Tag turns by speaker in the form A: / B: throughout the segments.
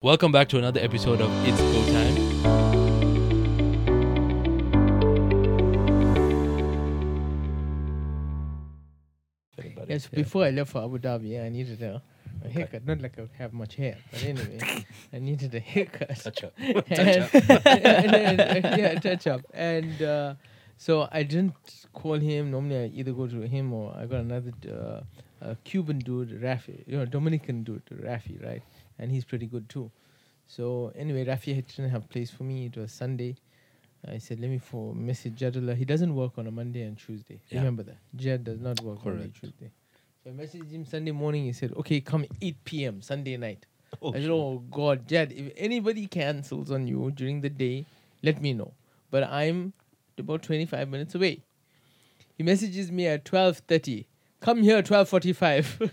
A: Welcome back to another episode of It's Go Time.
B: Yes, before I left for Abu Dhabi, I needed a, a haircut. Not like I have much hair, but anyway, I needed a haircut.
A: Touch up.
B: And- yeah, touch up. And uh, so I didn't call him. Normally, I either go to him or I got another uh, uh, Cuban dude, Rafi. You know, Dominican dude, Rafi, right? And he's pretty good too. So anyway, Rafi had- didn't have place for me. It was Sunday. I said, let me for message Jadullah. He doesn't work on a Monday and Tuesday.
A: Yeah.
B: Remember that. Jad does not work on Monday,
A: Correct.
B: Tuesday. So I messaged him Sunday morning. He said, okay, come 8 p.m. Sunday night.
A: Oh,
B: I said, oh God, Jed, if anybody cancels on you during the day, let me know. But I'm about 25 minutes away. He messages me at 12.30. Come here, 12.45.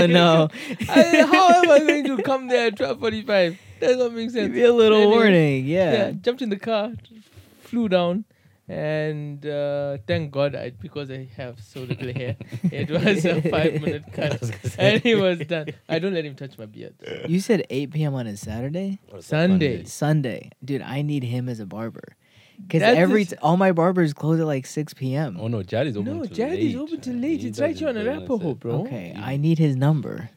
C: oh no.
B: I said, how am I going to come there at 12.45? That doesn't make sense.
C: Give you a little
B: Anyway,
C: warning.
B: Yeah.
C: Yeah.
B: jumped in the car, flew down. And uh, thank God, I, because I have so little hair, it was a five-minute cut, and he was done. I don't let him touch my beard.
C: You said 8 p.m. on a Saturday?
B: Sunday.
C: Sunday. Dude, I need him as a barber. Because
B: That's
C: every
B: the
C: t- all my barbers close at like 6 p.m.
A: Oh no, Jad is open
B: No,
A: till
B: Jad
A: late.
B: is open till
A: man.
B: late.
A: He
B: It's right here on
A: doesn't realize
B: Arapaho,
A: that.
B: bro.
C: okay, I need his number.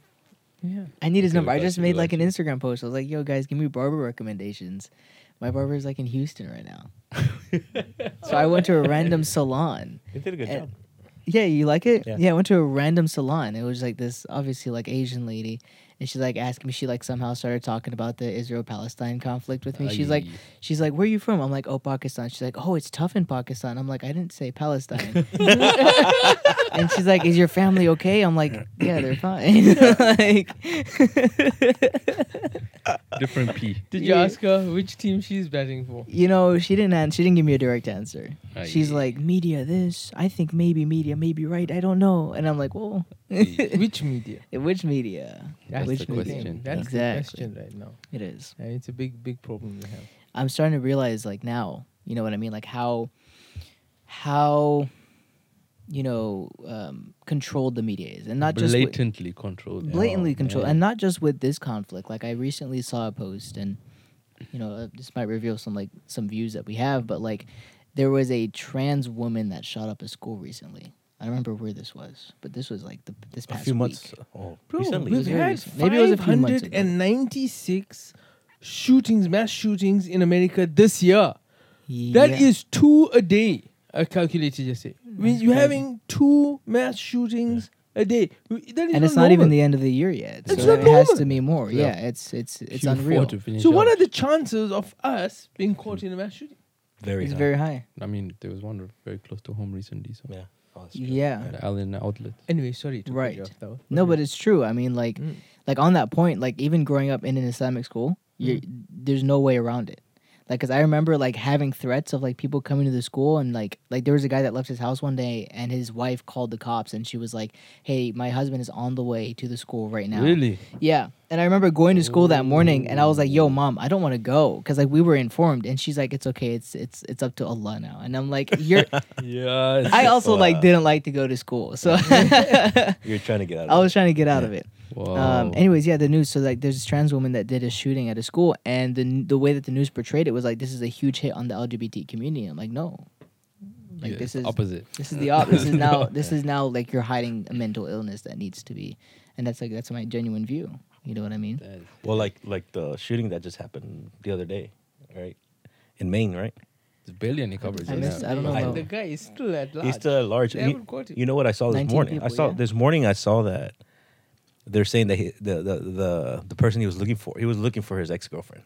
B: Yeah.
C: I need his
A: Okay,
C: number. I
A: we've
C: just
A: actually
C: made like an
A: got you.
C: Instagram post. I was like, yo, guys, give me barber recommendations. My barber's like in Houston right now. so I went to a random salon.
D: You did a good
C: And-
D: job.
C: Yeah, you like it?
D: Yeah.
C: I went to a random salon. It was like this obviously like Asian lady. And she's like asking me, she like somehow started talking about the Israel Palestine conflict with
D: Oh,
C: me. She's like,
A: Aye.
C: she's like, where are you from? I'm like, oh, Pakistan. She's like, oh, it's tough in Pakistan. I'm like, I didn't say Palestine. and she's like, is your family okay? I'm like, yeah, they're fine. like,
A: different P.
B: Did you
C: Yeah.
B: ask her which team she's batting for?
C: you know, she didn't answer. She didn't give me a direct answer.
A: Aye.
C: She's like, media this. I think maybe media, maybe right. I don't know. And I'm like, well,
B: which media?
C: which media?
B: That's
C: which
A: the
B: the
C: media?
B: thing.
A: question.
B: That's
C: Exactly.
B: the question right now,
C: It is.
B: and it's a big, big problem we have.
C: I'm starting to realize like now, you know what I mean? Like how how you know um, controlled the media is, and not just with-
A: blatantly controlled.
C: blatantly controlled,
A: Oh, man.
C: and not just with this conflict. Like I recently saw a post, and you know uh, this might reveal some like some views that we have, but like there was a trans woman that shot up a school recently. I don't remember where this was, but this was like the this
D: A
C: past
D: few
C: week.
D: months. Oh,
B: Bro,
D: recently.
B: we've
C: It was very
B: had
C: recent. Maybe it was a few months ago.
B: 596 shootings, mass shootings in America this year. That is
C: Yeah.
B: two a day. I calculated yesterday. I mean,
C: That's
B: you're
C: crazy.
B: having two mass shootings a day. We- That is
C: and it's not even the end of the year yet.
B: It's
C: so
B: not
C: it has
B: normal.
C: to be more.
A: Yeah.
C: Yeah, it's it's it's
A: Q4
C: unreal.
A: to finish
B: So, what
A: off.
B: are the chances of us being caught in a mass shooting?
D: very.
C: It's
D: high.
C: very high.
A: I mean, there was one very close to home recently. So
D: Yeah. Oh, that's true.
C: Yeah.
A: at Allen Outlet.
B: Anyway, sorry to cut
C: Right.
B: you off though.
C: No,
B: Okay.
C: but it's true. I mean, like,
B: Mm.
C: like on that point, like even growing up in an Islamic school, you there's no way around it. Like, cause I remember like having threats of like people coming to the school and like like there was a guy that left his house one day and his wife called the cops and she was like, "Hey, my husband is on the way to the school right now."
A: Really?
C: Yeah. And I remember going to school that morning and I was like, "Yo, mom, I don't want to go," cause like we were informed and she's like, "It's okay. It's it's it's up to Allah now." And I'm like, "You're."
A: Yes.
C: I also like
D: Wow.
C: didn't like to go to school, so
D: You're trying to get out.
C: I
D: of
C: was trying to get out of it.
A: Wow.
C: Um, anyways, yeah, the news. So like, there's this trans woman that did a shooting at a school, and the the way that the news portrayed it was like, this is a huge hit on the LGBT community. I'm like, no, like
A: Yeah,
C: this
A: it's
C: is
A: opposite.
C: this is the op- this is now this is now like you're hiding a mental illness that needs to be, and that's like that's my genuine view. You know what I mean?
A: That's-
D: Well, like like the shooting that just happened the other day, right? In Maine, right?
A: It's billion he covers.
C: I
A: yeah.
C: missed- I don't know
B: And
D: about-
B: the guy is still at large.
D: He's still at large.
B: They
D: You-
B: haven't caught him.
D: You know what I saw this
C: 19
D: morning? I
C: people,
D: saw
C: yeah.
D: this morning. I saw that they're saying that he, the, the the the person he was looking for, he was looking for his ex girlfriend.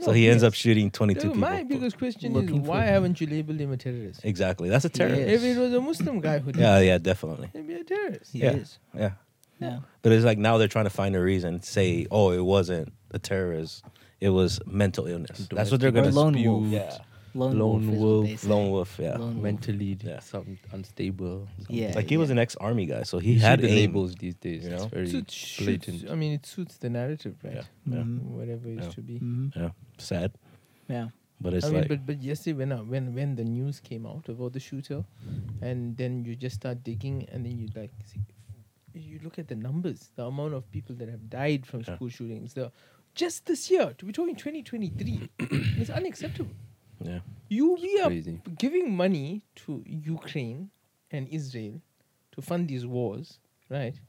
D: so
B: No,
D: he ends
B: yes.
D: up shooting twenty two
B: No,
D: people.
B: my biggest question is
C: Looking for
B: why
C: him.
B: haven't you labeled him a terrorist?
D: Exactly. That's a terrorist.
C: Yes.
B: If it was a Muslim guy who did
D: Yeah,
B: it,
D: yeah, definitely.
B: he'd be a terrorist.
D: Yeah.
C: It is.
D: Yeah.
C: Yeah.
D: But it's like now they're trying to find a reason. Say, oh, it wasn't a terrorist. It was mental illness. That's what they're
C: Or
D: gonna.
C: lone
A: dispute,
C: wolf.
D: Yeah.
C: Lone,
A: Lone
C: wolf.
A: wolf,
C: Is what they say.
D: Lone wolf. Yeah.
C: Lone wolf.
A: mentally
D: Yeah.
A: some unstable. something.
C: Yeah.
D: like he was an ex army guy, so he
A: You see
D: had
A: the
D: aim.
A: labels these days.
D: you
A: It's
D: know?
A: very
B: So it suits-
A: blatant.
B: I mean, it suits the narrative, right? Mm,
D: Yeah.
C: Mhm.
B: Whatever it is
D: Yeah.
B: to be.
C: Mhm.
D: Yeah. Sad,
C: Yeah.
D: but it's
B: I mean,
D: like
B: but but yesterday when I, when when the news came out about the shooter, and then you just start digging, and then you like see, you look at the numbers, the amount of people that have died from
D: Yeah.
B: school shootings. The just this year, we're talking 2023. it's unacceptable.
D: Yeah.
B: You we are
A: Crazy.
B: giving money to Ukraine and Israel to fund these wars, right?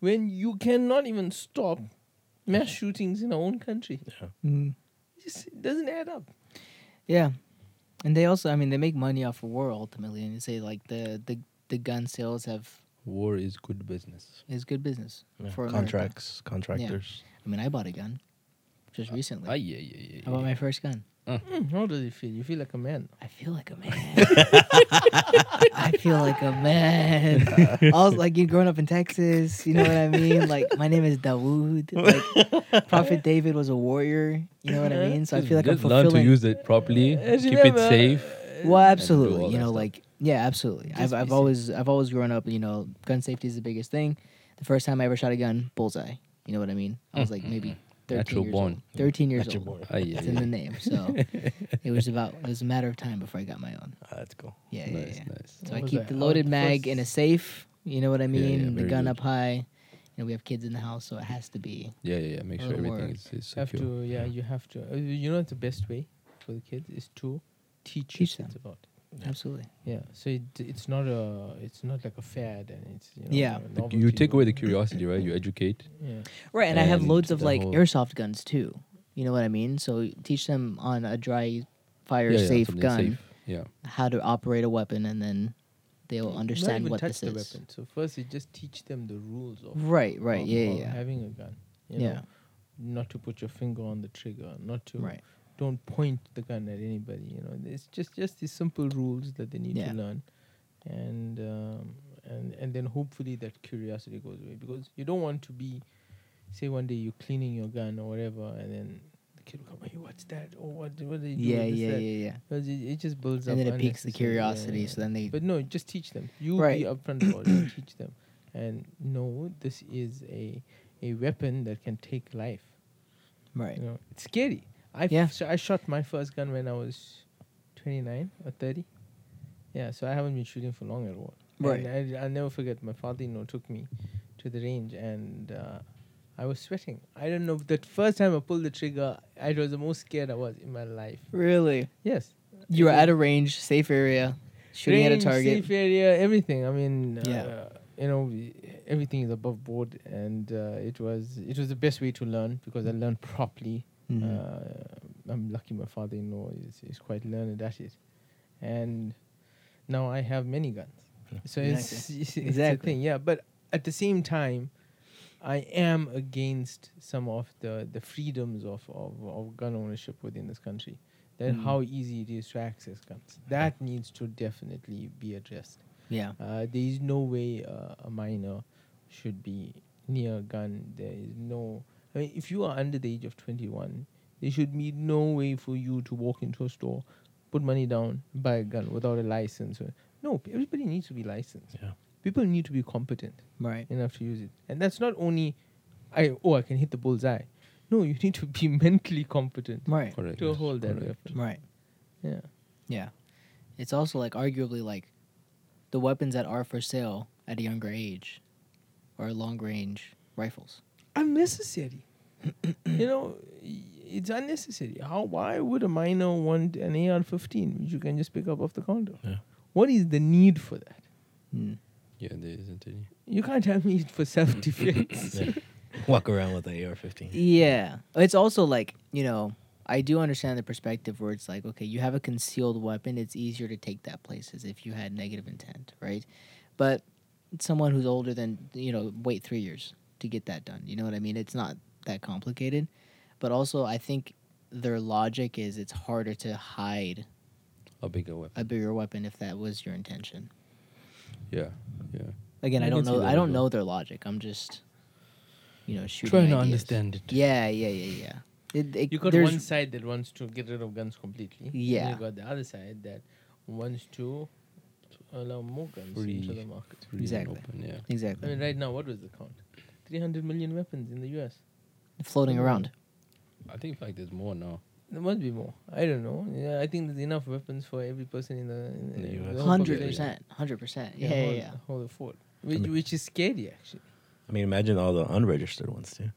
B: When you cannot even stop mass shootings in our own country,
C: Mm.
B: it just it doesn't add up.
C: Yeah, and they also, I mean, they make money off of war ultimately, and they say like the the, the gun sales have
A: War is good business.
C: is good business
D: yeah.
C: for America.
D: Contracts, contractors.
C: I mean, I bought a gun just recently.
A: Ah, yeah, yeah, yeah.
C: I bought
A: yeah.
C: my first gun.
B: Mm, how does it feel? You feel like a man.
C: I feel like a man. I feel like a man. I was like, you growing up in Texas, you know what I mean? Like, my name is Dawood. Like, Prophet David was a warrior, you know what I mean? So I
A: Just-
C: feel like I'm
A: just learn to
C: fulfilling.
A: use it properly.
B: Uh,
A: keep it
B: remember,
A: safe.
C: well,
A: and do all
C: absolutely. You
A: that
C: know,
A: stuff.
C: like, yeah, absolutely.
B: Just
C: I've,
B: be
C: I've
B: safe.
C: always, I've always grown up. You know, gun safety is the biggest thing. The first time I ever shot a gun, bullseye. You know what I mean? I was like maybe thirteen
A: Mm-hmm. Natural
C: years
A: born.
C: old. Thirteen years
D: Natural
C: old.
D: born.
A: Ah, yeah,
C: It's in the
A: yeah.
C: name, so it was about. It was a matter of time before I got my own.
D: Ah, that's cool.
C: Yeah, yeah,
A: Nice,
C: yeah.
A: nice.
C: So
B: What
C: I
B: was
C: keep
B: that?
C: the
B: Oh,
C: loaded
B: the
C: mag
B: first-
C: in a safe. You know what I
A: Yeah, yeah,
C: mean? the
A: very
C: gun
A: good.
C: up high. You know, we have kids in the house, so it has to be.
A: Yeah, yeah, yeah. Make sure
C: Or-
A: everything is, is
B: You have
A: secure.
B: to, yeah, you have to. Uh, you know, the best way for the kids is to teach,
C: Teach
B: your kids
C: them.
B: about. it.
C: Absolutely.
B: Yeah, so it, it's not a, it's not like a fad, and it's you know,
C: Yeah.
B: a
A: Like, you take
B: novelty.
A: away the curiosity, right? You educate.
B: Yeah.
C: Right, and, I have
A: And
C: loads of
A: the
C: like
A: whole-
C: airsoft guns too. You know what I mean? So teach them on a dry fire
A: Yeah, yeah,
C: safe
A: something
C: gun
A: safe. Yeah.
C: how to operate a weapon, and then they'll
B: Not
C: understand
B: even
C: what
B: touch
C: this
B: the
C: is.
B: weapon. So first, you just teach them the rules of
C: Right, right,
B: of-
C: yeah,
B: of
C: yeah,
B: having a gun. You
C: yeah,
B: know, not to put your finger on the trigger, not to
C: right.
B: don't point the gun at anybody. You know, it's just just these simple rules that they need
C: Yeah.
B: to learn, and um, and and then hopefully that curiosity goes away because you don't want to be, say one day you're cleaning your gun or whatever, and then the kid will come, hey, what's that? Or what? What do you do?
C: Yeah,
B: with this,
C: yeah, yeah,
B: that?"
C: yeah.
B: 'Cause it, it just builds
C: And
B: up.
C: then it piques the
B: unnecessary- yeah,
C: curiosity,
B: yeah.
C: so then they.
B: But no, just teach them. You
C: Right.
B: be upfront about it. Teach them, and no, this is a a weapon that can take life.
C: right.
B: You know, it's scary. I
C: Yeah.
B: yeah. so I shot my first gun when I was twenty nine or thirty. Yeah, so I haven't been shooting for long at all.
C: Right.
B: And I, I'll never forget. My father-in-law took me to the range, and uh, I was sweating. I don't know. The first time I pulled the trigger, I was the most scared I was in my life.
C: Really?
B: Yes.
C: You were
B: Yeah.
C: at a range, safe area, shooting at a
B: Range,
C: target.
B: safe area, everything. I mean,
C: Yeah.
B: uh, you know, we- everything is above board, and uh, it was it was the best way to learn because I learned properly.
C: Mhm.
B: Uh, I'm lucky my father-in-law is, is quite learned at it, and now I have many guns. So it's,
C: Exactly.
B: it's,
C: Exactly.
B: a thing, yeah. But at the same time, I am against some of the, the freedoms of, of, of gun ownership within this country. That
C: Mm.
B: how easy it is to access guns. That needs to definitely be addressed.
C: yeah.
B: Uh, there is no way uh, a minor should be near a gun. There is no. I mean, if you are under the age of 21, there should be no way for you to walk into a store, put money down, buy a gun without a license. or- No, p- everybody needs to be licensed.
D: Yeah.
B: People need to be competent
C: Right.
B: enough to use it. And that's not only, I oh, I can hit the bullseye. No, you need to be mentally competent
C: Right.
A: Correct.
B: to hold that
A: correct.
B: weapon.
C: Right.
B: Yeah.
C: Yeah. It's also like arguably like the weapons that are for sale at a younger age are long range rifles.
B: unnecessary. you know, i- it's unnecessary. How? Why would a minor want an AR-15 which you can just pick up off the counter?
D: Yeah.
B: What is the need for that?
A: Yeah, there isn't any.
B: You can't have me for self-defense.
D: Yeah. Walk around with an AR-15.
C: Yeah. It's also like, you know, I do understand the perspective where it's like, okay, you have a concealed weapon, it's easier to take that places if you had negative intent, right? But someone who's older than, you know, wait 3 years to get that done. You know what I mean? It's not that complicated. But also I think their logic is it's harder to hide
A: A bigger weapon.
C: a bigger weapon if that was your intention.
A: Yeah, yeah.
C: Again, I,
A: I
C: don't
A: can see
C: know.
A: that
C: I
A: as
C: don't
A: well.
C: know their logic. I'm just, you know, shooting.
A: Trying to
C: ideas.
A: understand it.
C: Yeah, yeah, yeah, yeah. It, it,
B: you got
C: there's-
B: one side that wants to get rid of guns completely. and
C: Yeah.
B: You got the other side that wants to allow more guns into
A: Free.
B: the market.
A: Free and
C: Exactly.
A: Open, yeah.
B: I
C: exactly
B: mean, right now, what was the count? 300 million weapons in the U.S.
C: floating around.
A: I think like there's more now.
B: There must be more. I don't know. Yeah, I think there's enough weapons for every person in the, in
D: In the
B: in
D: US.
B: whole
C: Hundred
B: population.
C: percent, hundred percent.
B: Yeah,
C: Yeah, yeah,
B: hold,
C: yeah.
B: hold the fort, which, which is scary actually.
D: I mean, imagine all the unregistered ones too.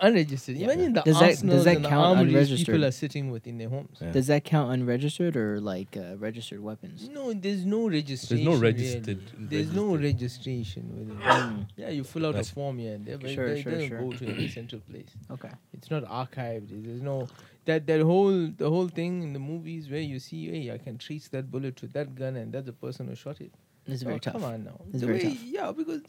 B: Unregistered.
C: Yeah.
B: Imagine the
C: Does that- does
B: arsenals
C: that
B: and the
C: count
B: armories
C: unregistered?
B: people are sitting with in their homes.
D: Yeah.
C: Does that count unregistered or like uh, registered weapons?
B: No, there's no registration.
A: registered-
B: really. There's no registration with it.
C: Mm,
B: Yeah, you fill out
D: Nice.
B: a form, yeah. and They, they,
C: Sure,
B: they,
C: sure,
B: they don't go
C: sure.
B: to any central place.
C: okay.
B: It's not archived. There's no that that whole the whole thing in the movies where you see, hey, I can trace that bullet to that gun, and that's the person who shot it.
C: It's
B: Oh,
C: very
B: Come
C: tough.
B: on now.
C: It's
B: The
C: very
B: way-
C: tough.
B: Yeah, because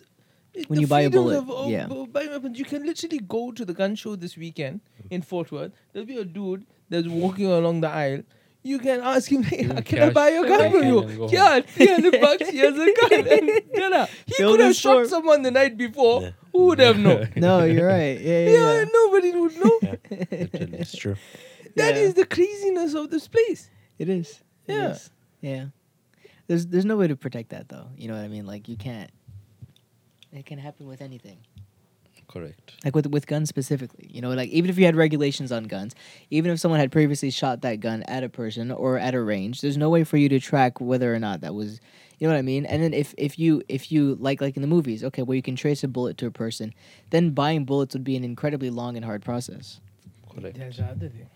B: it-
C: When
B: the
C: you buy a
B: freedoms
C: bullet,
B: of, of
C: yeah.
B: bu- buying weapons, you can literally go to the gun show this weekend
C: Mm.
B: in Fort Worth. There'll be a dude that's walking along the aisle. You can ask him, hey,
A: Give him
B: can I buy
A: cash
B: your gun
A: back
B: for
A: and
B: you?
A: then go
B: Yeah, 300 bucks, here's a gun. And, you know, he
C: Fill
B: could have
C: this
B: shot
C: form.
B: someone the night before.
D: Yeah.
B: Who would have known?
C: No, you're right. Yeah,
B: yeah,
C: yeah.
B: nobody would know.
D: Yeah.
C: yeah.
D: It's true.
B: That
C: Yeah.
B: is the craziness of this place.
C: It is. It
B: Yeah.
C: is. Yeah. There's there's no way to protect that though. You know what I mean? Like you can't. It can happen with anything.
A: Correct.
C: Like with with guns specifically. You know, like even if you had regulations on guns, even if someone had previously shot that gun at a person or at a range, there's no way for you to track whether or not that was. You know what I mean? And then if if you if you like like in the movies, okay, well you can trace a bullet to a person, then buying bullets would be an incredibly long and hard process.
A: Correct.
B: That's the other thing.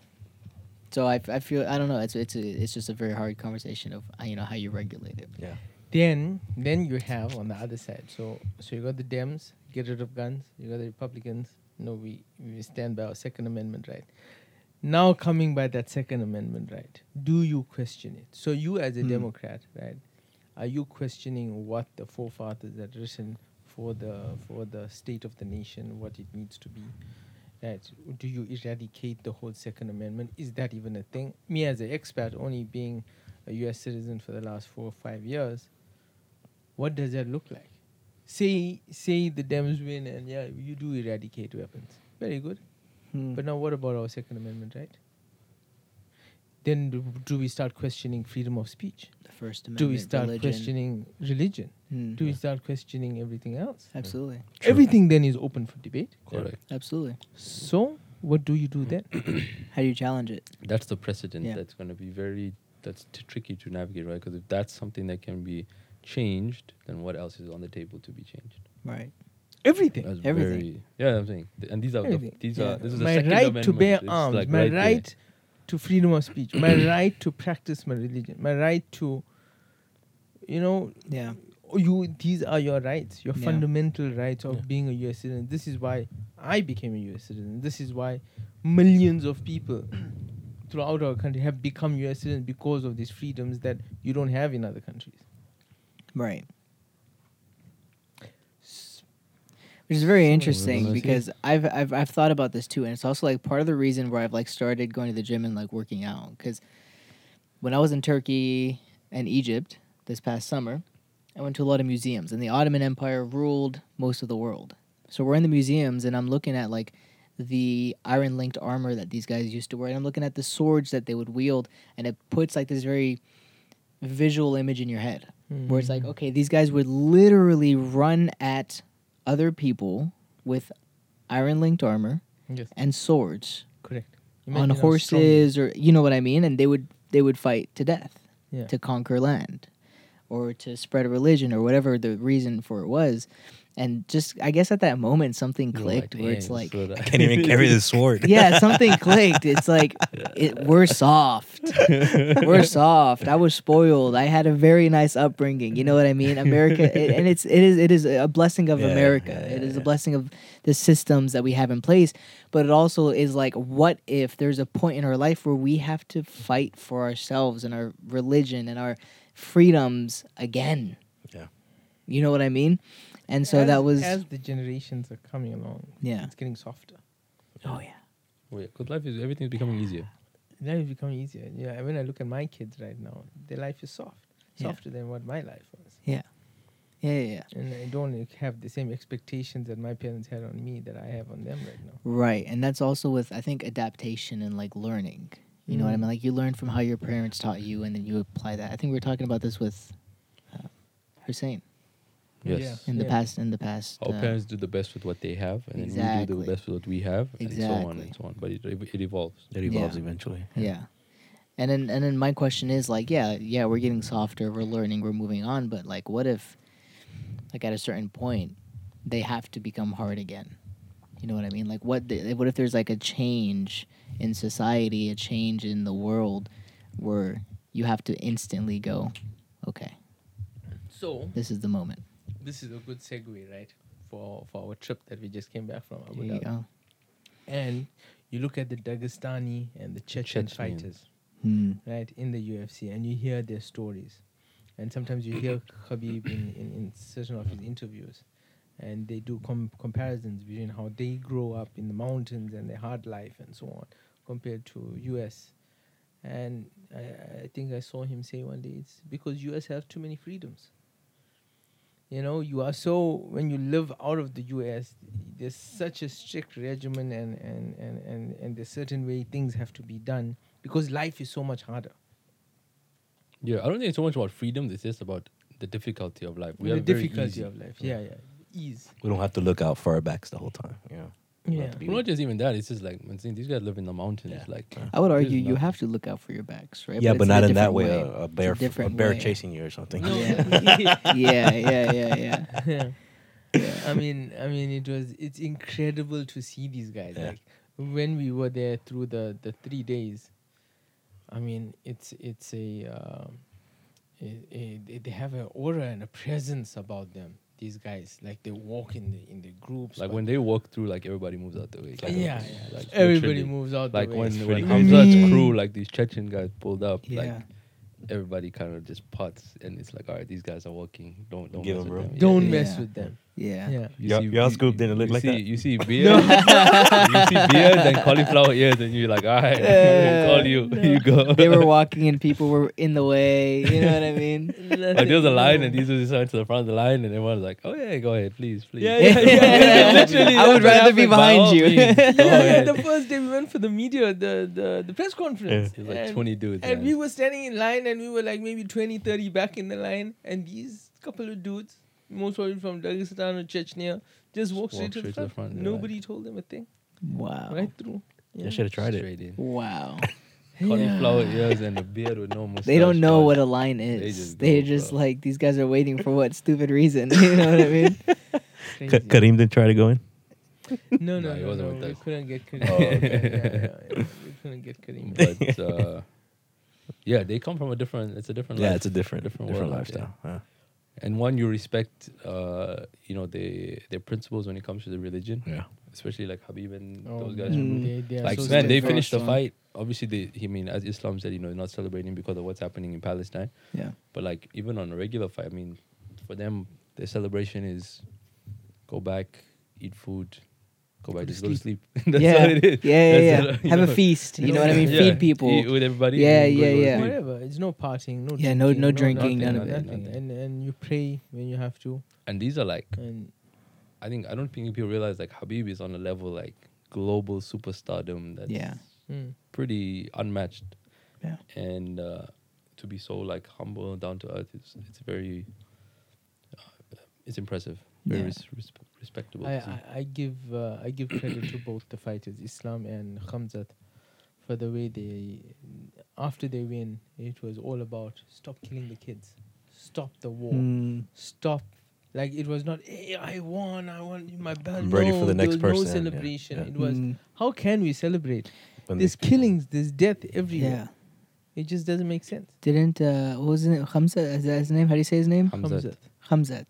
C: So I, I feel I don't know. It's it's a, it's just a very hard conversation of uh, you know how you regulate it.
B: Then, then you have on the other side. So, so you got the Dems, get rid of guns. You got the Republicans. No, we we stand by our Second Amendment right. Now coming by that Second Amendment right, do you question it? So you as a
C: Hmm.
B: Democrat, right, are you questioning what the forefathers had written for the for the state of the nation, what it needs to be? Right? Do you eradicate the whole Second Amendment? Is that even a thing? Me as an expat, only being a U.S. citizen for the last four or five years, what does that look like? Say say the Dems win and yeah, you do eradicate weapons. Very good.
C: Hmm.
B: But now what about our Second Amendment, right? Then do, do we start questioning freedom of speech?
C: the First Amendment.
B: do we start
C: religion.
B: questioning religion?
C: Mm.
B: Do we start questioning everything else?
C: Absolutely,
D: True.
B: Everything then is open for debate.
A: Correct.
C: absolutely.
B: So what do you do then?
C: How do you challenge it?
A: That's the precedent
C: Yeah.
A: that's going to be very that's t- tricky to navigate, right? Because if that's something that can be changed, then what else is on the table to be changed?
C: Right.
B: Everything.
A: That's
C: Everything.
A: very yeah. I'm saying, Th- and these are the,
B: Everything.
A: these
C: Yeah.
A: are this is the
B: my
A: second
B: right
A: amendment.
B: to bear
A: It's
B: arms,
A: like
B: my right,
A: there.
B: to freedom of speech, my right to practice my religion, my right to, you know,
C: Yeah.
B: oh, you these are your rights, your
C: Yeah.
B: fundamental rights of
D: Yeah.
B: being a U.S. citizen. This is why I became a U.S. citizen. This is why millions of people throughout our country have become U.S. citizens because of these freedoms that you don't have in other countries.
C: Right. Which is very
B: So,
C: interesting
A: let's see.
C: because I've, I've I've thought about this too, and it's also like part of the reason where I've like started going to the gym and like working out. Because when I was in Turkey and Egypt this past summer, I went to a lot of museums, and the Ottoman Empire ruled most of the world. So we're in the museums, and I'm looking at like the iron linked armor that these guys used to wear, and I'm looking at the swords that they would wield, and it puts like this very visual image in your head where it's like, okay, these guys would literally run at other people with iron linked armor
B: yes,
C: and swords
B: correct.
C: on
B: Imagine how strong-
C: horses or you know what I mean, and they would they would fight to death
B: Yeah.
C: to conquer land or to spread a religion or whatever the reason for it was. And just I guess at that moment something
A: You're
C: clicked where it's
A: "Dang,
C: like
A: so that-
D: I can't even carry this sword.
C: yeah, something clicked. It's like it, we're soft. We're soft. I was spoiled. I had a very nice upbringing. You know what I mean? America, it, and it's it is it is a blessing of
D: Yeah,
C: America.
D: yeah,
C: it is a
D: yeah.
C: blessing of the systems that we have in place. But it also is like, what if there's a point in our life where we have to fight for ourselves and our religion and our freedoms again?
D: Yeah.
C: You know what I mean? And so
B: as-
C: that was
B: as the generations are coming along.
C: yeah.
B: It's getting softer.
C: Oh yeah.
A: Well, yeah, 'cause life is everything's becoming easier.
B: life is becoming easier. Yeah, when I look at my kids right now, their life is soft,
C: Yeah.
B: softer than what my life was,
C: Yeah, yeah, yeah.
B: and I don't have the same expectations that my parents had on me that I have on them right now.
C: Right. And that's also with, I think, adaptation and like learning. You know what I
B: Mm.
C: mean? Like you learn from how your parents taught you and then you apply that. I think we were talking about this with uh, Hussein
A: Yes.
B: Yeah.
C: in the past, in the past.
A: Our
C: uh,
A: parents do the best with what they have, and then we do
C: Exactly.
A: the best with what we have, and so on
C: Exactly.
A: and so on. But it, it evolves.
D: It evolves
C: Yeah.
D: eventually.
C: Yeah. And then, and then my question is like, yeah, yeah, we're getting softer, we're learning, we're moving on, but like, what if, like, at a certain point, they have to become hard again. You know what I mean? Like what the, what if there's like a change in society, a change in the world where you have to instantly go, okay,
B: So
C: this is the moment.
B: this is a good segue, right? For for our trip that we just came back from Abu
C: There you
B: Dhabi.
C: go.
B: And you look at the Dagestani and the Chechen
A: Chechen.
B: fighters,
C: Hmm.
B: right, in the UFC and you hear their stories. And sometimes you hear Khabib in, in, in certain of his interviews. And they do com- comparisons between how they grow up in the mountains and their hard life and so on compared to US. And I, I think I saw him say one day it's because US have too many freedoms. You know, you are so when you live out of the US, there's such a strict regimen and and and and, and there's certain way things have to be done because life is so much harder.
A: Yeah, I don't think it's so much about freedom. It's just about the difficulty of life. We
B: the
A: are very
B: difficulty
A: easy.
B: of life. Yeah, yeah. Ease.
D: We don't have to look out for our backs the whole time. You know. We don't have
B: Yeah.
D: to be
A: Well, not just even that. It's just like man, see, these guys live in the mountains.
B: Yeah.
A: Like
C: I would
A: there's
C: argue you
A: nothing.
C: have to look out for your backs, right?
D: yeah, but,
C: Oh, it's
D: not
C: a
D: in
C: different
D: that way. A, a bear,
C: It's a
D: a
C: different
D: bear
C: way.
D: chasing you or something.
B: No.
C: Yeah.
D: uh,
C: yeah, yeah, yeah, yeah.
B: yeah. I mean, I mean, it was it's incredible to see these guys.
D: Yeah.
B: Like when we were there through the the three days, I mean, it's it's a, um, it, it, they have an aura and a presence about them. These guys, like they walk in the in the groups.
A: Like
B: but
A: when they walk through, like everybody moves out the way. Like,
B: yeah,
A: like,
B: yeah.
A: like,
B: everybody
A: literally.
B: moves out.
A: Like
B: the way.
A: when
D: pretty
A: when
D: amazing.
A: Hamza's
C: Mm.
A: crew, like these Chechen guys pulled up,
C: Yeah.
A: like everybody kind of just pots, and it's like, all right, these guys are walking. Don't don't
D: Give
A: mess
D: them
A: with
D: room.
A: them. Yeah,
B: don't
A: yeah.
B: mess
C: Yeah.
B: with them.
C: Yeah.
B: Yeah.
A: You
D: Y'all-
A: see-
D: y'all's
A: you-
D: group didn't look
A: you
D: like
A: see,
D: that?
A: You see beard, you see beard and cauliflower ears, and you're like, all right,
C: Yeah.
A: call you, you go.
C: Eh, they were walking and people were in the way. You know what I mean?
A: like there was a line, and these were just went to the front of the line, and everyone was like, "Oh yeah, go ahead, please, please."
D: Yeah, yeah, yeah.
A: Literally,
C: I
A: that's what
C: would rather be
A: happened, by
C: behind
A: all
C: you.
A: means, go
B: Yeah, yeah,
A: ahead.
B: the first day we went for the media, the the, the press conference.
A: It was like
B: And-
A: 20 dudes.
B: And
A: man.
B: we were standing in line and we were like maybe 20, 30 back in the line. And these couple of dudes, most probably from Dagestan or Chechnya, just walked straight, to, the front.
A: front, they're
B: Nobody told them a thing.
C: Wow.
B: Right through.
D: I should have tried it.
A: Straight in.
C: Wow.
A: Cauliflower ears and a beard with no mustache.
C: They don't know
A: dog.
C: what a line is.
A: They
C: They
A: just
C: just,
A: go, bro.
C: like these guys are waiting for what stupid reason. You know what I mean?
B: Crazy.
D: Ka- Karim didn't try to go in.
B: No, no,
A: No, he
B: no.
A: wasn't
B: no,
A: with
B: We
A: us.
B: couldn't get Kareem.
A: Oh, okay.
B: yeah, yeah, yeah, yeah. We couldn't get Kareem.
A: But uh, yeah, they come from a different. It's a different.
D: Yeah,
A: life.
D: it's a different,
A: Different
D: different,
A: world, yeah.
D: lifestyle. huh?
A: and one you respect. Uh, you know they their principles when it comes to the religion,
D: Yeah.
A: especially like Habib and
B: Oh,
A: those
B: man,
A: guys.
C: Mm.
B: they, they are
A: Like
B: so
A: man, they
C: steadfast,
A: finished the
C: huh?
A: fight. Obviously, they. I mean, as Islam said, you know, they're not celebrating because of what's happening in Palestine.
C: Yeah.
A: But like even on a regular fight, I mean, for them, their celebration is go back, eat food, go back, just go to sleep. That's
C: yeah.
A: what it is.
C: Yeah, yeah,
A: That's
C: yeah.
A: what- you
C: Have a
A: know.
C: feast. You know what I mean?
A: Yeah.
C: Feed people.
A: Eat with everybody.
C: Yeah,
A: and go
C: yeah,
A: to
C: yeah.
A: sleep.
B: Whatever. It's no partying, no
C: Yeah, no-
B: drinking,
C: no drinking,
A: none of that,
B: nothing,
A: none of that.
B: And, and you pray when you have to.
A: And these are like,
B: And
A: I think I don't think people realize like Habib is on a level like global superstardom that's
C: Yeah.
B: mm.
A: pretty unmatched.
C: Yeah.
A: And uh, to be so like humble and down to earth, it's it's very, uh, it's impressive. Very
C: Yeah.
A: res- res- respectable.
B: I,
A: to see.
B: I, I give uh, I give credit to both the fighters, Islam and Khamzat, for the way they after they win, it was all about stop killing the kids, stop the war,
D: Hmm.
C: Mm.
B: stop. Like it was not, hey, I won, I won my belt.
D: I'm ready
B: no,
D: for the next
B: there was
D: person, yeah,
B: No
D: Hmm.
B: celebration.
D: yeah.
B: It was
C: Mm.
B: how can we celebrate?
D: When
B: There's
D: they-
B: killings, there's death
C: Yeah.
B: everywhere. It just doesn't make sense.
C: Didn't uh what was his name? Hamza is that his name? How do you say his name?
A: Hamzat.
B: Khamzat.
C: Hamzat.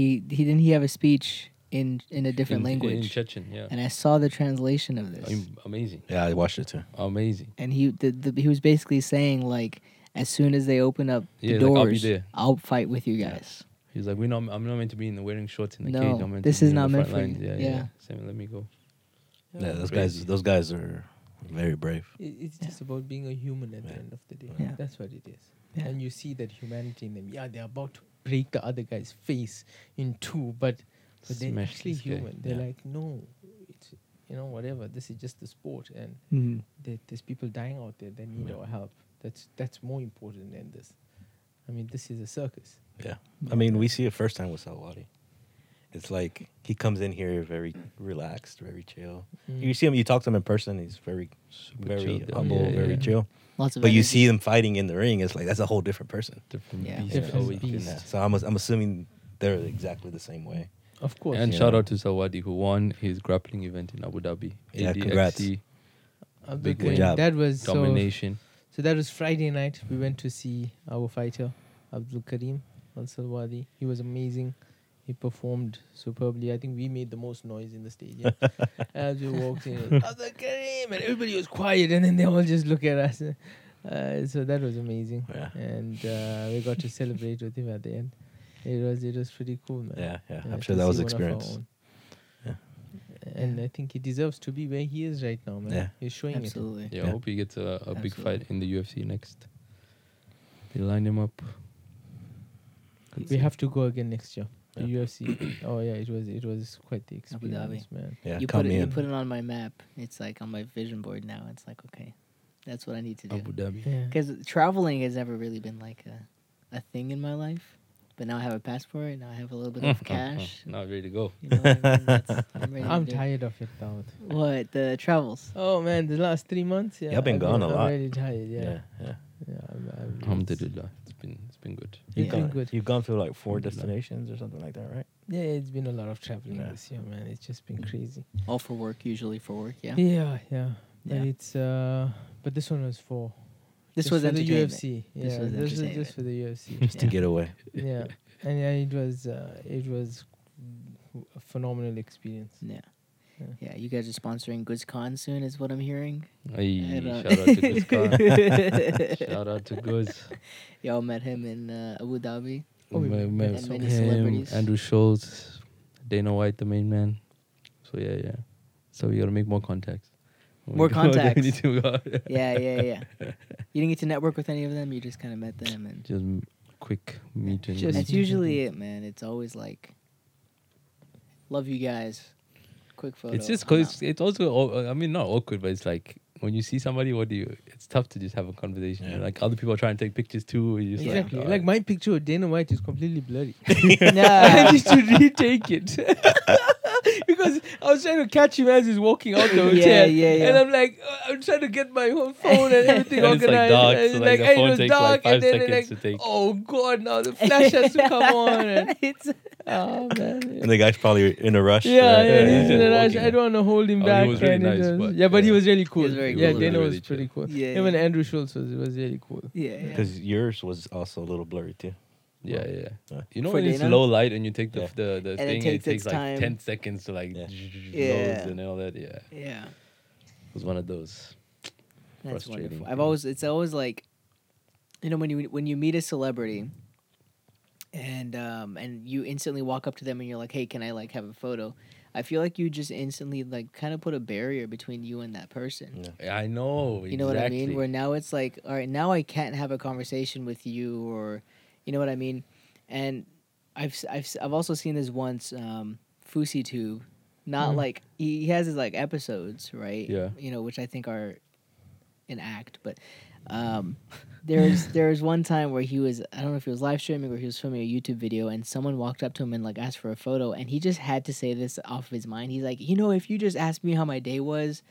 C: He he didn't he have a speech in in a different
A: In-
C: language.
A: in Chechen. Yeah,
C: and I saw the translation of this.
A: Am- amazing,
D: Yeah, I watched it too.
A: amazing.
C: and he the, the, he was basically saying like as soon as they open up the
A: Yeah, like,
C: doors,
A: I'll be there.
C: I'll fight with you
A: Yeah.
C: guys.
A: He's like, we're not. I'm not meant to be in the wearing shorts in the
C: No,
A: cage. I'm meant
C: this
A: to be
C: is
A: in
C: not
A: the
C: meant
A: front
C: for
A: lines.
C: you.
A: Yeah, yeah.
C: Yeah.
A: Sam, let me go.
D: Yeah, those
A: Crazy.
D: guys, those guys are very brave.
B: It- It's just about being a human at the
D: Yeah.
B: end of the day.
C: Yeah.
B: That's what it is.
C: Yeah.
B: And you see that humanity in them. Yeah, they're about to break the other guy's face in two, but, but they're
A: Smash
B: actually
A: this guy.
B: human. They're
D: Yeah.
B: like, no, it's, you know, whatever. This is just the sport. And
C: Mm.
B: there, there's people dying out there that need
D: Yeah.
B: our help. That's, that's more important than this. I mean, this is a circus.
D: Yeah. I mean, we see it first time with Salwadi. It's like he comes in here very relaxed, very chill.
B: Mm.
D: You see him, you talk to him in person, he's very,
A: Super
D: very
A: chilled out.
D: humble,
A: Yeah,
D: very
A: yeah.
D: chill.
C: Lots of
D: But you
C: energy.
D: see them fighting in the ring, it's like that's a whole different person.
A: Different
C: Yeah.
A: beast.
B: Different
A: always
B: beast.
A: been
D: Yeah,
A: that.
D: So I'm, I'm assuming they're exactly the same way.
B: Of course.
A: And
D: Yeah.
A: shout out to Sawadi who won his grappling event in Abu Dhabi.
D: Yeah,
A: ADXC
D: congrats.
B: I'll be
A: big
B: going-
D: job.
B: That was so
A: domination.
B: So that was Friday night. We went to see our fighter, Abdul Karim Al Salwadi. He was amazing. He performed superbly. I think we made the most noise in the stadium as we walked in. Abdul Karim, and everybody was quiet, and then they all just look at us. Uh, so that was amazing,
D: Yeah.
B: and uh, we got to celebrate with him at the end. It was it was pretty cool, man.
D: Yeah, yeah.
B: Yeah,
D: I'm sure
B: to
D: that was
B: see one of our
D: experience.
B: own.
D: Yeah.
B: And I think he deserves to be where he is right now, man.
D: Yeah.
B: He's showing it.
C: Absolutely.
A: Yeah, I
D: Yeah.
A: hope he gets a, a big
C: Absolutely.
A: fight in the UFC next. They line him up.
B: We have to go again next year. The
D: Yeah.
B: UFC. oh yeah, it was it was quite the
C: Abu Dhabi.
B: experience, man.
D: Yeah,
C: you
D: come
C: put it, you
D: in.
C: put it on my map. It's like on my vision board now. It's like okay, that's what I need to do.
A: Abu Dhabi.
B: Yeah.
C: Because traveling has never really been like a, a thing in my life. But now I have a passport. Now I have a little bit of cash.
A: Now ready to go.
C: You know what I mean? That's- I'm, ready to
B: I'm
C: do it.
B: tired of it now.
C: What the travels?
B: Oh man, the last three months. Yeah,
D: Yeah, I've been gone a
B: I'm
D: lot.
B: Already tired. Yeah.
D: yeah,
B: Yeah.
D: yeah.
B: I'm, I'm, it's-
A: Alhamdulillah. It's been it's been good.
C: You've
D: You've
C: Yeah.
B: been
D: gone,
B: good.
D: you've gone through like four
A: Alhamdulillah.
D: destinations or something like that, right?
B: Yeah, it's been a lot of traveling
D: Yeah.
B: this year, man. It's just been crazy.
C: All for work, usually for work. Yeah.
B: Yeah, yeah. But
C: Yeah.
B: it's uh, but this one was for
C: This
B: just
C: was
B: for the
C: entertainment.
B: UFC. Yeah,
C: This was
B: this was
C: entertainment.
B: just for the UFC.
D: Just to
C: Yeah.
D: get away.
B: yeah, and yeah, it was uh, it was a phenomenal experience.
C: Yeah.
B: Yeah.
C: Yeah, you guys are sponsoring GoodsCon soon, is what I'm hearing.
A: Ay,
C: And, uh,
A: shout out to Gus Khan. Shout out to Gus.
C: Y'all met him in uh, Abu Dhabi.
B: Oh, we
A: My-
B: met
A: my-
C: so many
A: him,
C: celebrities.
A: Andrew Schultz, Dana White, the main man. So yeah, yeah. So we gotta make more contacts. When we
C: More
A: go out there, we
C: contacts.
A: need to go out.
C: Yeah, yeah, yeah. you didn't get to network with any of them. You just kind of met them, and
A: Just m- quick meet and
B: Just-
C: that's usually it, man. It's always like, love you guys. Quick photo.
A: It's just
C: hung
A: because it's also aw- I mean not awkward, but it's like when you see somebody, what do you? It's tough to just have a conversation.
D: Yeah.
A: Like other people are trying to take pictures too. and You're just
B: Exactly.
A: Like, "Oh, uh,
B: Like, my picture of Dana White is completely blurry.
C: out.
B: I
C: Nah.
B: need to retake it. because I was trying to catch him as he's walking out the
C: Yeah,
B: hotel.
C: yeah, yeah.
B: And I'm like, uh, I'm trying to get my whole phone and everything
A: And it's, like,
B: organized.
A: dark, so,
B: and it's
A: like, the
B: and
A: phone
B: it was
A: takes, like,
B: dark.
A: five
B: and then they're
A: seconds
B: like,
A: to take.
B: oh, God, now the flash has to come on. And,
C: it's
B: oh, man.
D: And the guy's probably in a rush.
B: Yeah,
D: right?
B: yeah,
A: yeah,
B: he's in
A: yeah.
B: a rush.
A: Walking.
B: I don't want to hold him
A: Oh, he
B: back.
A: was really
B: and it
A: nice,
B: was-
A: but-
B: yeah, but he
A: yeah.
B: was really cool.
C: very
B: Yeah,
C: cool.
B: Dana
A: Really,
B: was
A: really
B: pretty cool.
C: Yeah,
B: Even
C: yeah.
B: Andrew Schultz was was really cool.
C: yeah, yeah.
D: Because yours was also a little blurry too.
A: yeah, yeah.
D: Yeah.
A: You know
C: For
A: when it's
C: Dana?
A: low light and you take the
D: Yeah.
A: the, the
C: And it
A: thing, and
C: takes
A: it takes
C: its
A: like
C: time.
A: ten seconds to like
D: Yeah.
C: Yeah.
A: loads and all that. Yeah, it
C: yeah.
A: was one of those.
C: That's
A: frustrating
C: wonderful.
A: thing.
C: I've always it's always like, you know, when you when you meet a celebrity, and um and you instantly walk up to them and you're like, hey, can I like have a photo? I feel like you just instantly like kind of put a barrier between you and that person.
D: Yeah.
A: I know.
C: You know what I mean?
A: Mm, exactly.
C: Where now it's like, all right, now I can't have a conversation with you, or you know what I mean. And I've s- I've s- I've also seen this once, um, Fousey Tube. Not
B: Mhm.
C: like he he has his like episodes, right?
A: Yeah.
C: You know, which I think are an act, but um, there's there was one time where he was I don't know if he was live streaming or he was filming a YouTube video and someone walked up to him and like asked for a photo and he just had to say this off of his mind. He's like, you know, if you just asked me how my day was,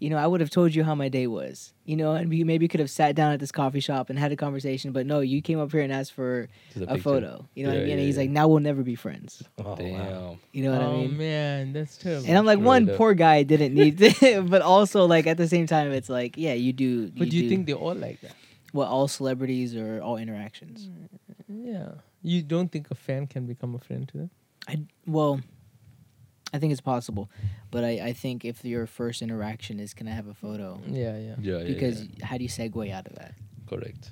C: you know, I would have told you how my day was. You know, and we maybe could have sat down at this coffee shop and had a conversation, but no, you came up here and asked for
A: Just
C: a,
A: picture.
C: photo. You know what I
A: Yeah,
C: mean? And
A: yeah,
C: he's
A: yeah.
C: like, now we'll never be friends.
D: Oh,
A: Damn.
D: wow.
C: You know what I
B: oh,
C: mean?
B: man, that's terrible.
C: And I'm like,
A: Straight
C: one
A: up.
C: poor guy didn't need, to, but also like at the same time, it's like, yeah, you do.
B: but do you
C: do-
B: think they all like that?
C: what all celebrities or all interactions?
B: Mm. Yeah. You don't think a fan can become a friend to them?
C: I well, I think it's possible, but I, I think if your first interaction is can I have a photo?
B: Yeah, yeah.
A: Yeah, yeah,
C: Because
A: yeah.
C: how do you segue out of that?
A: correct.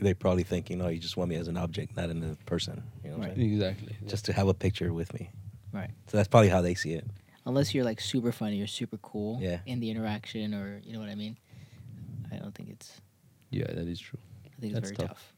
D: They're probably thinking, oh, you just want me as an object, not in a person. You know what I'm
C: Right.
D: saying?
A: Exactly.
D: Just to have a picture with me.
C: Right.
D: So that's probably how they see it.
C: Unless you're like super funny or super cool
D: Yeah.
C: in the interaction or you know what I mean. I don't think it's
A: yeah, that is true.
C: I think it's
A: That's
C: very
A: tough.
C: tough.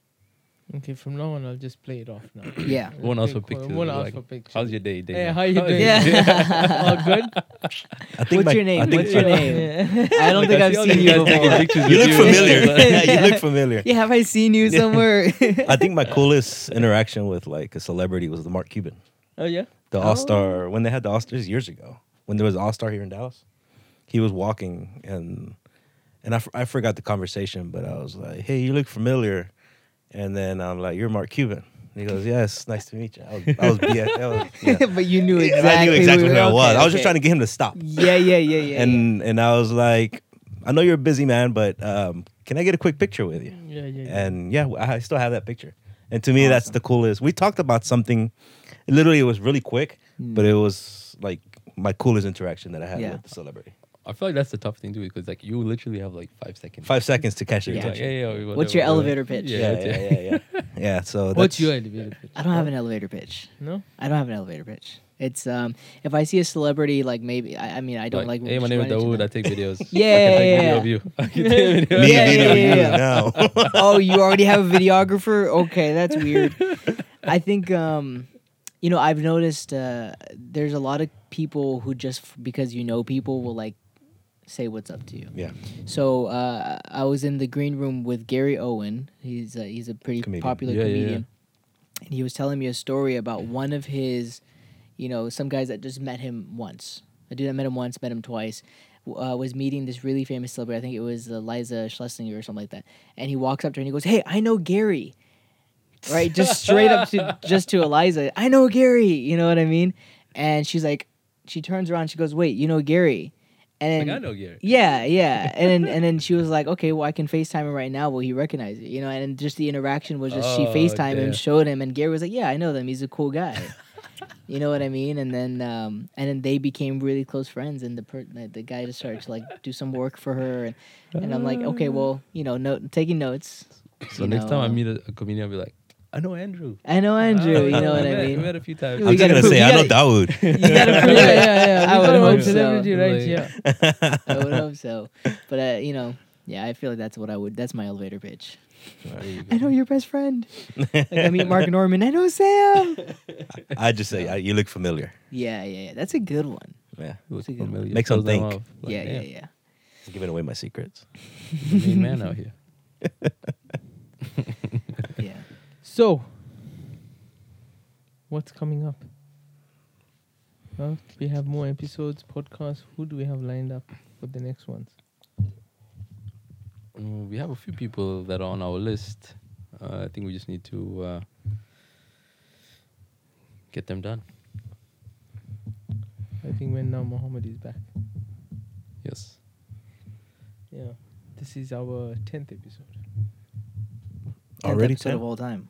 B: Okay, from now on, I'll just play it off now.
C: Yeah.
A: One asked for
B: Take one-
A: pictures.
B: One
A: we're
B: asked
A: like, uh,
B: for pictures.
A: How's your day, Dana?
B: Hey, how you doing?
C: Yeah.
B: All good?
D: I think
C: What's
D: my-
C: your
D: I
C: name?
D: think
C: What's your
D: my-
C: name? I don't
A: Like,
C: think
A: I
C: I've
A: see all
C: seen
A: these
C: you
A: guys taking
C: before.
A: pictures
D: You
A: with
D: look familiar.
C: Yeah.
D: yeah, you look familiar.
C: Yeah, have I seen you somewhere?
D: I think my coolest interaction with like a celebrity was the Mark Cuban,
B: Oh, yeah?
D: the All Star. When they had the All Stars years ago, when there was All Star here in Dallas, he was walking and and I, f- I forgot the conversation, but I was like, "Hey, you look familiar," and then I'm like, "You're Mark Cuban." And he goes, "Yes, nice to meet you." I was, I was, BS, I was yeah.
C: but you knew
D: Yeah,
C: exactly.
D: I knew exactly
C: who-
D: who I
C: okay,
D: was. I
C: okay.
D: was just trying to get him to stop.
C: Yeah, yeah, yeah, yeah.
D: and and I was like, I know you're a busy man, but um, can I get a quick picture with you?
B: Yeah, yeah, yeah.
D: And yeah, I still have that picture. And to me, that's the coolest. We talked about something. Literally, it was really quick, but it was like my coolest interaction that I had
C: Hmm. Yeah.
D: with the celebrity.
A: I feel like that's the tough thing to do because like you literally have like five seconds.
D: Five seconds to catch your
A: It's
C: Yeah.
A: like,
D: attention.
A: yeah, yeah, yeah,
C: What's your
A: whatever.
C: elevator pitch?
D: Yeah, yeah,
A: that's it.
D: yeah, yeah. yeah. so that's,
B: What's your elevator pitch?
C: I don't have an elevator pitch.
B: No?
C: I don't have an elevator pitch. It's um, if I see a celebrity, like maybe I, I mean I don't like.
A: hey, my
C: just
A: name is
C: run into
A: Dawood. I
C: them.
A: take videos.
C: Yeah,
A: I can
C: yeah,
A: take video of you. I can take video.
D: me
C: Yeah,
D: video
C: yeah,
D: you
C: yeah.
D: now.
C: oh, you already have a videographer? Okay, that's weird. I think um, you know I've noticed uh, there's a lot of people who just f- because you know people will like say what's up to you.
D: yeah,
C: So uh, I was in the green room with Gary Owen. He's a, he's a pretty
D: Comedian.
C: popular
A: Yeah, yeah, yeah.
C: comedian, and he was telling me a story about one of his, you know, some guys that just met him once. A dude that met him once, met him twice, w- uh, was meeting this really famous celebrity. I think it was uh, Liza Schlesinger or something like that. And he walks up to her and he goes, "Hey, I know Gary." Right, just straight up to just to Eliza. I know Gary. You know what I mean? And she's like, she turns around. She goes, "Wait, you know Gary?" And
A: Like I know Gary.
C: yeah, yeah. And then, and then she was like, okay, well, I can FaceTime him right now. Will he recognize it? You know, and just the interaction was just she
A: Oh,
C: FaceTime
A: damn.
C: him, showed him, and Gary was like, yeah, I know them. He's a cool guy. you know what I mean? And then, um, and then they became really close friends, and the per- the the guy just started to like do some work for her, and, and I'm like, okay, well, you know, no- taking notes.
A: So
C: you
A: next time
C: know,
A: I
C: um,
A: meet a, a comedian, I'll be like, I know Andrew.
C: I know Andrew. You know
A: Ah,
C: what
A: we
C: I
A: met- We
C: mean?
A: met a few times.
C: We
D: I'm just
C: gotta
D: gonna
C: prove-
D: say
C: you
D: I know
C: gotta-
D: Dawood.
C: You gotta
B: yeah,
C: prove
B: yeah,
C: it.
B: yeah.
C: I
B: We
C: would
B: got
C: hope
B: one
C: so.
B: celebrity, right?
A: Like-
B: Yeah.
C: I would hope so. But uh, you know, yeah, I feel like that's what I would. That's my elevator pitch. I know your best friend. like I meet Mark Norman. I know Sam.
D: I just say I, you look familiar.
C: Yeah, yeah, yeah. That's a good one.
D: Yeah,
A: He was
C: It's a good one.
A: familiar.
D: Makes them
A: Close them
D: think.
A: off. Like,
C: yeah, yeah,
A: damn,
C: yeah.
D: giving away my secrets.
A: he's the main man out here.
C: Yeah.
B: So, what's coming up? Well, we have more episodes, podcasts. Who do we have lined up for the next ones?
A: Mm, We have a few people that are on our list. Uh, I think we just need to uh, get them done.
B: I think when now Muhammad is back.
A: Yes.
B: Yeah. This is our 10th episode.
C: Tenth
D: Already
C: episode
D: 10?
C: of all time.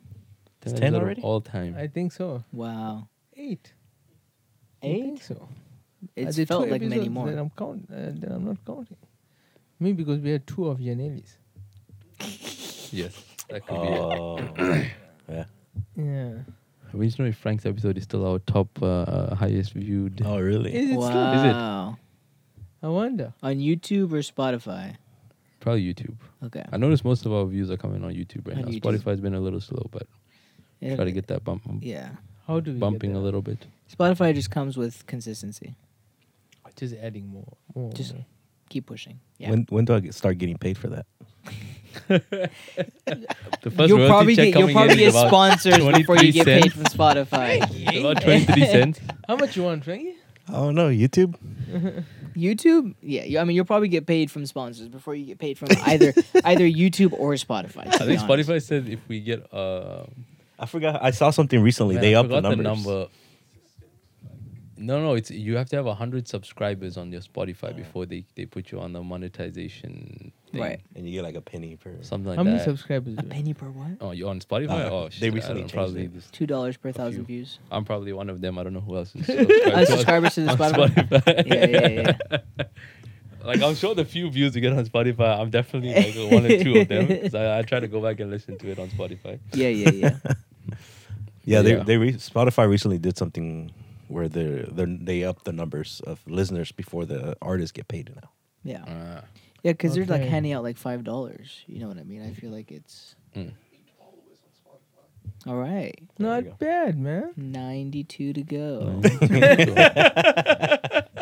D: It's
A: Ten
D: 10
A: out of
D: already?
A: All time.
B: I think so.
C: Wow.
B: Eight. I think
C: Eight.
B: so.
C: It
B: did
C: felt
B: two
C: like many
B: episodes, Then
C: more.
B: I'm count. Uh, then I'm not counting. Maybe because we had two of Yaneli's.
A: yes. That could be it.
D: Oh, yeah.
B: Yeah.
A: I mean, you know, if Frank's episode is still our top uh, highest viewed.
D: Oh, really?
B: Is it slow?
C: Wow.
B: I wonder.
C: On YouTube or Spotify?
A: Probably YouTube.
C: Okay.
A: I noticed most of our views are coming on YouTube right
C: On
A: now.
C: YouTube.
A: Spotify's been a little slow, but try to get that bump,
C: Yeah.
B: How do we
A: bumping
B: get
A: a
B: there?
A: little bit.
C: Spotify just comes with consistency.
B: Just adding more. more
C: Just-
B: more.
C: Keep pushing. Yeah.
D: When when do I get, start getting paid for that?
A: The first
C: you'll
A: royalty
C: probably
A: check
C: get you'll
A: coming in
C: probably
A: is
C: get
A: about,
C: sponsors before you
A: 23
C: get paid
A: cents.
C: from Spotify.
A: about 23 cents.
B: How much you want, Frankie?
D: I don't know. YouTube.
C: YouTube? Yeah, you- I mean you'll probably get paid from sponsors before you get paid from either either YouTube or Spotify.
A: I think Spotify said if we get uh,
D: I forgot. I saw something recently.
A: man,
D: they
A: I
D: upped the
A: forgot
D: numbers.
A: number. No, no, it's you have to have hundred subscribers on your Spotify before they, they put you on the monetization thing,
C: Right.
D: and you get like a penny per.
A: Something like
B: How
A: that.
B: many subscribers
C: A
B: do we have?
C: penny per what?
A: Oh, you're on Spotify?
D: Uh,
A: oh,
D: they
A: shit, I don't
D: recently
A: know,
D: changed
A: probably
D: it.
C: Two dollars per
A: few.
C: thousand views.
A: I'm probably one of them. I don't know who else is
C: Uh,
A: subscribed to us.
C: subscribers to the
A: on
C: Spotify.
A: Spotify.
C: yeah, yeah, yeah.
A: Like I'm sure the few views you get on Spotify, I'm definitely like one or two of them. 'cause I, I try to go back and listen to it on Spotify.
C: Yeah, yeah, yeah.
D: Yeah,
A: Yeah.
D: they they re- Spotify recently did something where they they they up the numbers of listeners before the artists get paid now.
C: Yeah. Yeah,
A: Uh,
C: because they're like
B: Okay.
C: handing out like five dollars. You know what I mean? I feel like it's
A: Mm.
C: all right.
D: There you
B: Not bad, man.
C: Ninety-two to go.
A: Oh.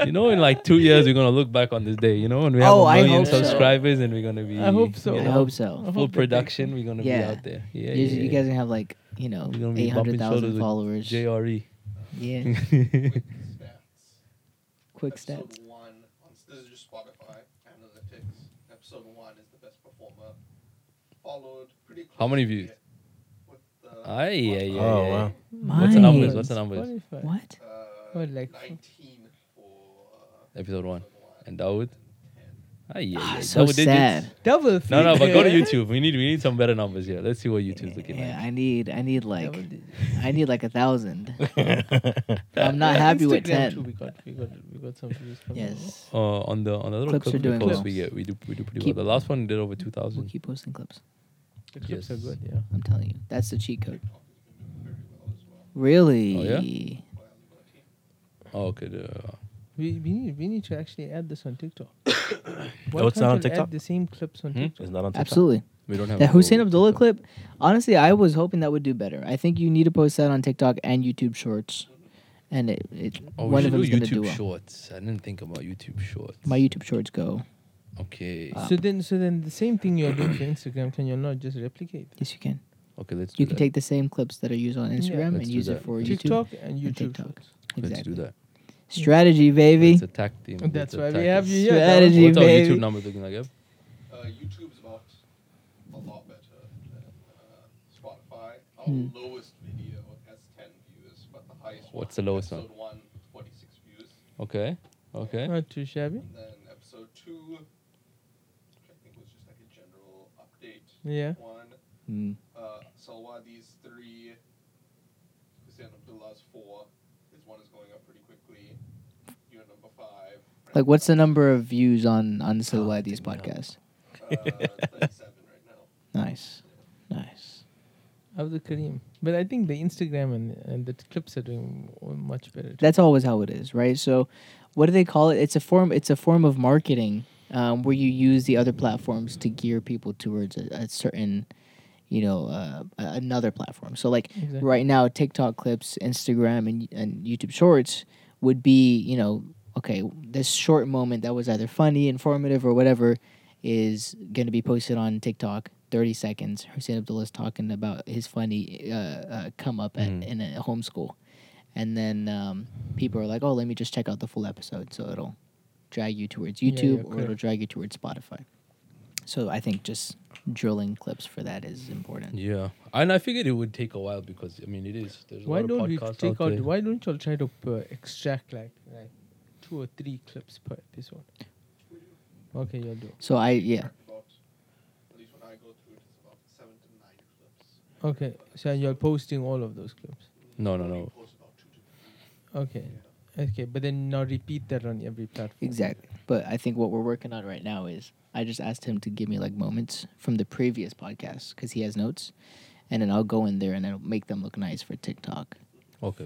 A: you know, in like two years, we're gonna look back on this day. You know, and we have
C: Oh,
A: a
C: I
A: million
C: hope so.
A: subscribers, and we're gonna be.
B: I hope so.
A: you
C: I
A: know,
C: hope so.
B: hope
A: Full
B: that they-
A: production, we're gonna
C: Yeah.
A: be out there. Oh, Yeah,
C: you,
A: yeah,
C: you
A: yeah.
C: guys are gonna have like you know
A: We're gonna be
C: eight
A: bumping
C: hundred thousand
A: shoulders with
C: followers.
A: JRE.
C: Yeah. Quick
E: episode
C: stats.
E: one. On, this is just Spotify analytics. Episode one is the best performer, followed pretty.
A: How many
E: closely
A: views?
E: With the
A: Aye, yeah, yeah.
D: Oh,
A: yeah.
D: wow.
A: What's the numbers? What's the
B: Spotify.
A: numbers?
C: What?
E: Uh,
B: What, like-
E: 19 for uh,
A: Episode one. And Dawood? Aye, yeah, yeah.
C: Ah, so
A: Dawood digits.
C: sad.
B: Double.
A: No, no, but go to
B: figure.
A: YouTube. We need we need some better numbers here. Let's see what YouTube's looking
C: Yeah,
A: like.
C: I need, I need like,
B: Double digits.
C: I need like a thousand.
D: That's
C: I'm not
B: Yeah,
C: happy with
B: Instagram too,
C: ten.
B: We got, we got, we got some views. from there.
C: Yes,
A: Uh, on the on the little
C: Clips
A: clips,
C: are doing
A: calls
C: well.
A: we get, we do we do pretty
C: Keep-
A: well. The last one did over two
C: we'll
A: thousand.
C: keep posting clips.
B: The clips are
A: Yes.
B: good. Yeah.
C: I'm telling you, that's the cheat code. Really?
A: Oh, okay. the-
B: We, we need we need to actually add this on TikTok. Why
D: Oh, it's
B: can't
D: not on
B: you
D: TikTok?
B: Add the same clips on
A: Hmm?
B: TikTok.
D: It's not on TikTok.
C: Absolutely.
A: we don't have
C: That
A: a
C: Hussein
A: full
C: Abdullah
A: TikTok.
C: clip, honestly, I was hoping that would do better. I think you need to post that on TikTok and YouTube Shorts, and it, it
A: Oh, we
C: one
A: should
C: of
A: do
C: them is going to do
A: YouTube
C: well.
A: Shorts. I didn't think about YouTube Shorts.
C: My YouTube Shorts go.
A: Okay.
C: Uh,
B: So then, so then the same thing you're doing for Instagram, can you not just replicate?
C: Yes, you can.
A: okay, let's do
C: You can
A: that.
C: take the same clips that are used on
B: Yeah.
C: Instagram and
A: Let's do
C: use
A: that.
C: it for YouTube.
B: TikTok and
C: and
B: YouTube.
C: TikTok.
B: Shorts.
C: Exactly.
A: Let's do that.
C: Strategy, baby.
A: Let's attack team. Let's
B: That's why we
A: attack
B: have
A: it.
B: you here.
C: Strategy.
A: What's our
C: baby.
A: YouTube numbers looking like? Ev?
E: Uh, YouTube's about a lot better than uh, Spotify. Our
C: Hmm.
E: lowest video has 10 views, but the highest
A: What's
E: one,
A: the lowest
E: episode one, 46 views.
A: Okay. Okay.
B: Not too shabby.
E: And then episode two, which I think was just like a general update
B: Yeah.
E: one.
C: Mm.
E: Uh, Salwadi's three, Hussein Abdullah's four. His one is going up pretty quickly. You're number five.
C: Like, what's the number of views on on the Silhouette's
D: didn't know.
C: podcast?
E: Uh, 37 right now.
C: Nice, nice.
B: Abdul Kareem. But I think the Instagram and, and the clips are doing w- much better. too.
C: That's always how it is, right? So, what do they call it? It's a form. It's a form of marketing um, where you use the other platforms to gear people towards a, a certain, you know, uh, a- another platform. So, like
B: Exactly.
C: right now, TikTok clips, Instagram, and and YouTube Shorts would be, you know, okay, this short moment that was either funny, informative, or whatever is going to be posted on TikTok. 30 seconds. Hussein Abdullah's talking about his funny uh, uh, come up at,
B: Mm.
A: Mhm.
C: in a homeschool. And then um, people are like, oh, let me just check out the full episode. So it'll drag you towards
B: Yeah, yeah,
C: YouTube or it'll
B: correct.
C: drag you towards Spotify. So I think just drilling clips for that is important.
A: Yeah, and I figured it would take a while because I mean it is. There's a
B: Why
A: lot
B: don't
A: of
B: we
A: podcasts
B: take
A: out
B: out?
A: there.
B: Why don't y'all try to uh, extract like like two or three clips per episode? Okay, you'll do.
C: So I, yeah.
E: About, at least when I go through it, it's about seven to nine clips.
B: Okay, so you're posting all of those clips.
A: No, no, no.
E: Post about two to
B: Okay, okay, but then now repeat that on every platform.
C: Exactly. But I think what we're working on right now is I just asked him to give me like moments from the previous podcast because he has notes. And then I'll go in there and then make them look nice for TikTok
A: Okay,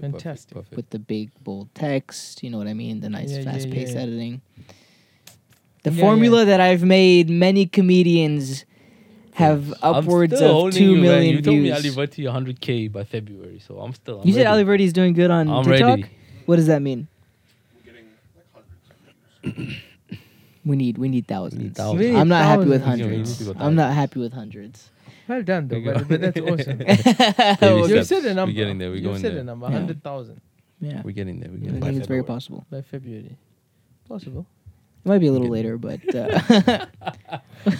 A: Perfect,
B: Fantastic.
A: perfect.
C: with the big bold text. You know what I mean? The nice
B: Yeah, yeah,
C: fast paced
B: yeah.
C: editing. The
B: Yeah, yeah.
C: formula that I've made many comedians have
A: I'm
C: upwards
A: still
C: of
A: holding
C: two
A: you, man.
C: million
A: You told me Ali
C: views.
A: Verti 100k by February, so I'm still. I'm
C: you said
A: ready.
C: Ali Verdi is doing good on
A: I'm
C: TikTok.
A: ready.
C: What does that mean?
E: We're getting like hundreds of views.
C: We need we need thousands.
A: thousands.
B: We need
C: I'm not happy with
B: thousands.
A: Yeah, we need
C: hundreds.
A: to go
C: I'm not
A: thousands.
C: happy with hundreds.
B: Well done, though.
A: There you
B: But,
A: go.
B: but that's awesome.
A: Baby
B: you
A: steps.
B: said a number.
A: We're getting there. We're
B: you
A: going
B: said
A: there.
B: a number.
C: Yeah.
B: Hundred thousand
C: yeah.
A: We're getting there. We're
C: I
A: getting
C: think
A: there.
C: it's very
D: February.
C: possible.
B: by February. Possible.
C: It might be a little
A: Okay.
C: later, but uh,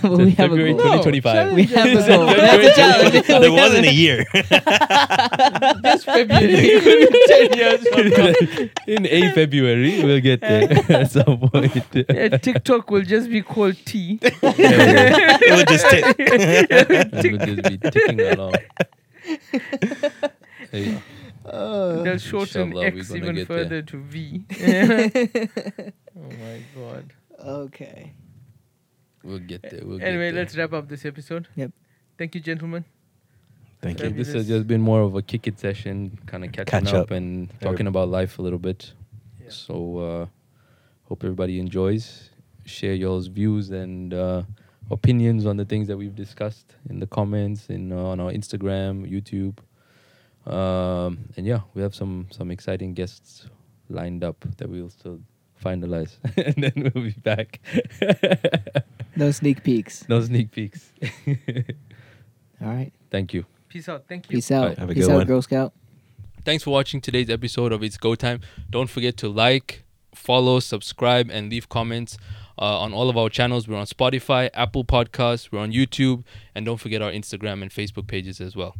C: but we have a
A: February
C: goal.
A: No, 2025.
C: We have a goal.
A: February
C: That's a challenge.
D: there wasn't a year.
B: That's February.
A: In a February, we'll get there at some point.
B: Yeah, Uh, TikTok will just be called T.
D: it would just take.
A: We'll just be ticking along. Hey,
C: Oh.
B: They'll shorten
A: Inshallah, we're
B: X
A: gonna
B: even
A: get there.
B: further to V. oh my god.
C: okay.
A: we'll get there. We'll get
B: anyway,
A: there.
B: let's wrap up this episode.
C: Yep.
B: Thank you, gentlemen.
D: Thank
A: Okay,
D: you.
B: Maybe
A: this has
B: this-
A: just been more of a kick it session, kind of catching
D: Catch
A: up,
D: up.
A: and talking about life a little bit.
B: Yeah.
A: So, uh, hope everybody enjoys. Share y'all's views and uh, opinions on the things that we've discussed in the comments, in uh, on our Instagram, YouTube, um, and yeah, we have some some exciting guests lined up that we'll still finalize, and then we'll be back.
C: No sneak peeks.
A: no sneak peeks.
C: All right.
A: Thank you.
B: Peace out. Thank you.
C: Peace out.
A: Alright,
D: have a
C: Peace
D: good
C: out,
D: one.
C: Girl Scout.
A: Thanks for watching today's episode of It's Go Time. Don't forget to like, follow, subscribe, and leave comments uh, on all of our channels. We're on Spotify, Apple Podcasts, we're on YouTube, and don't forget our Instagram and Facebook pages as well.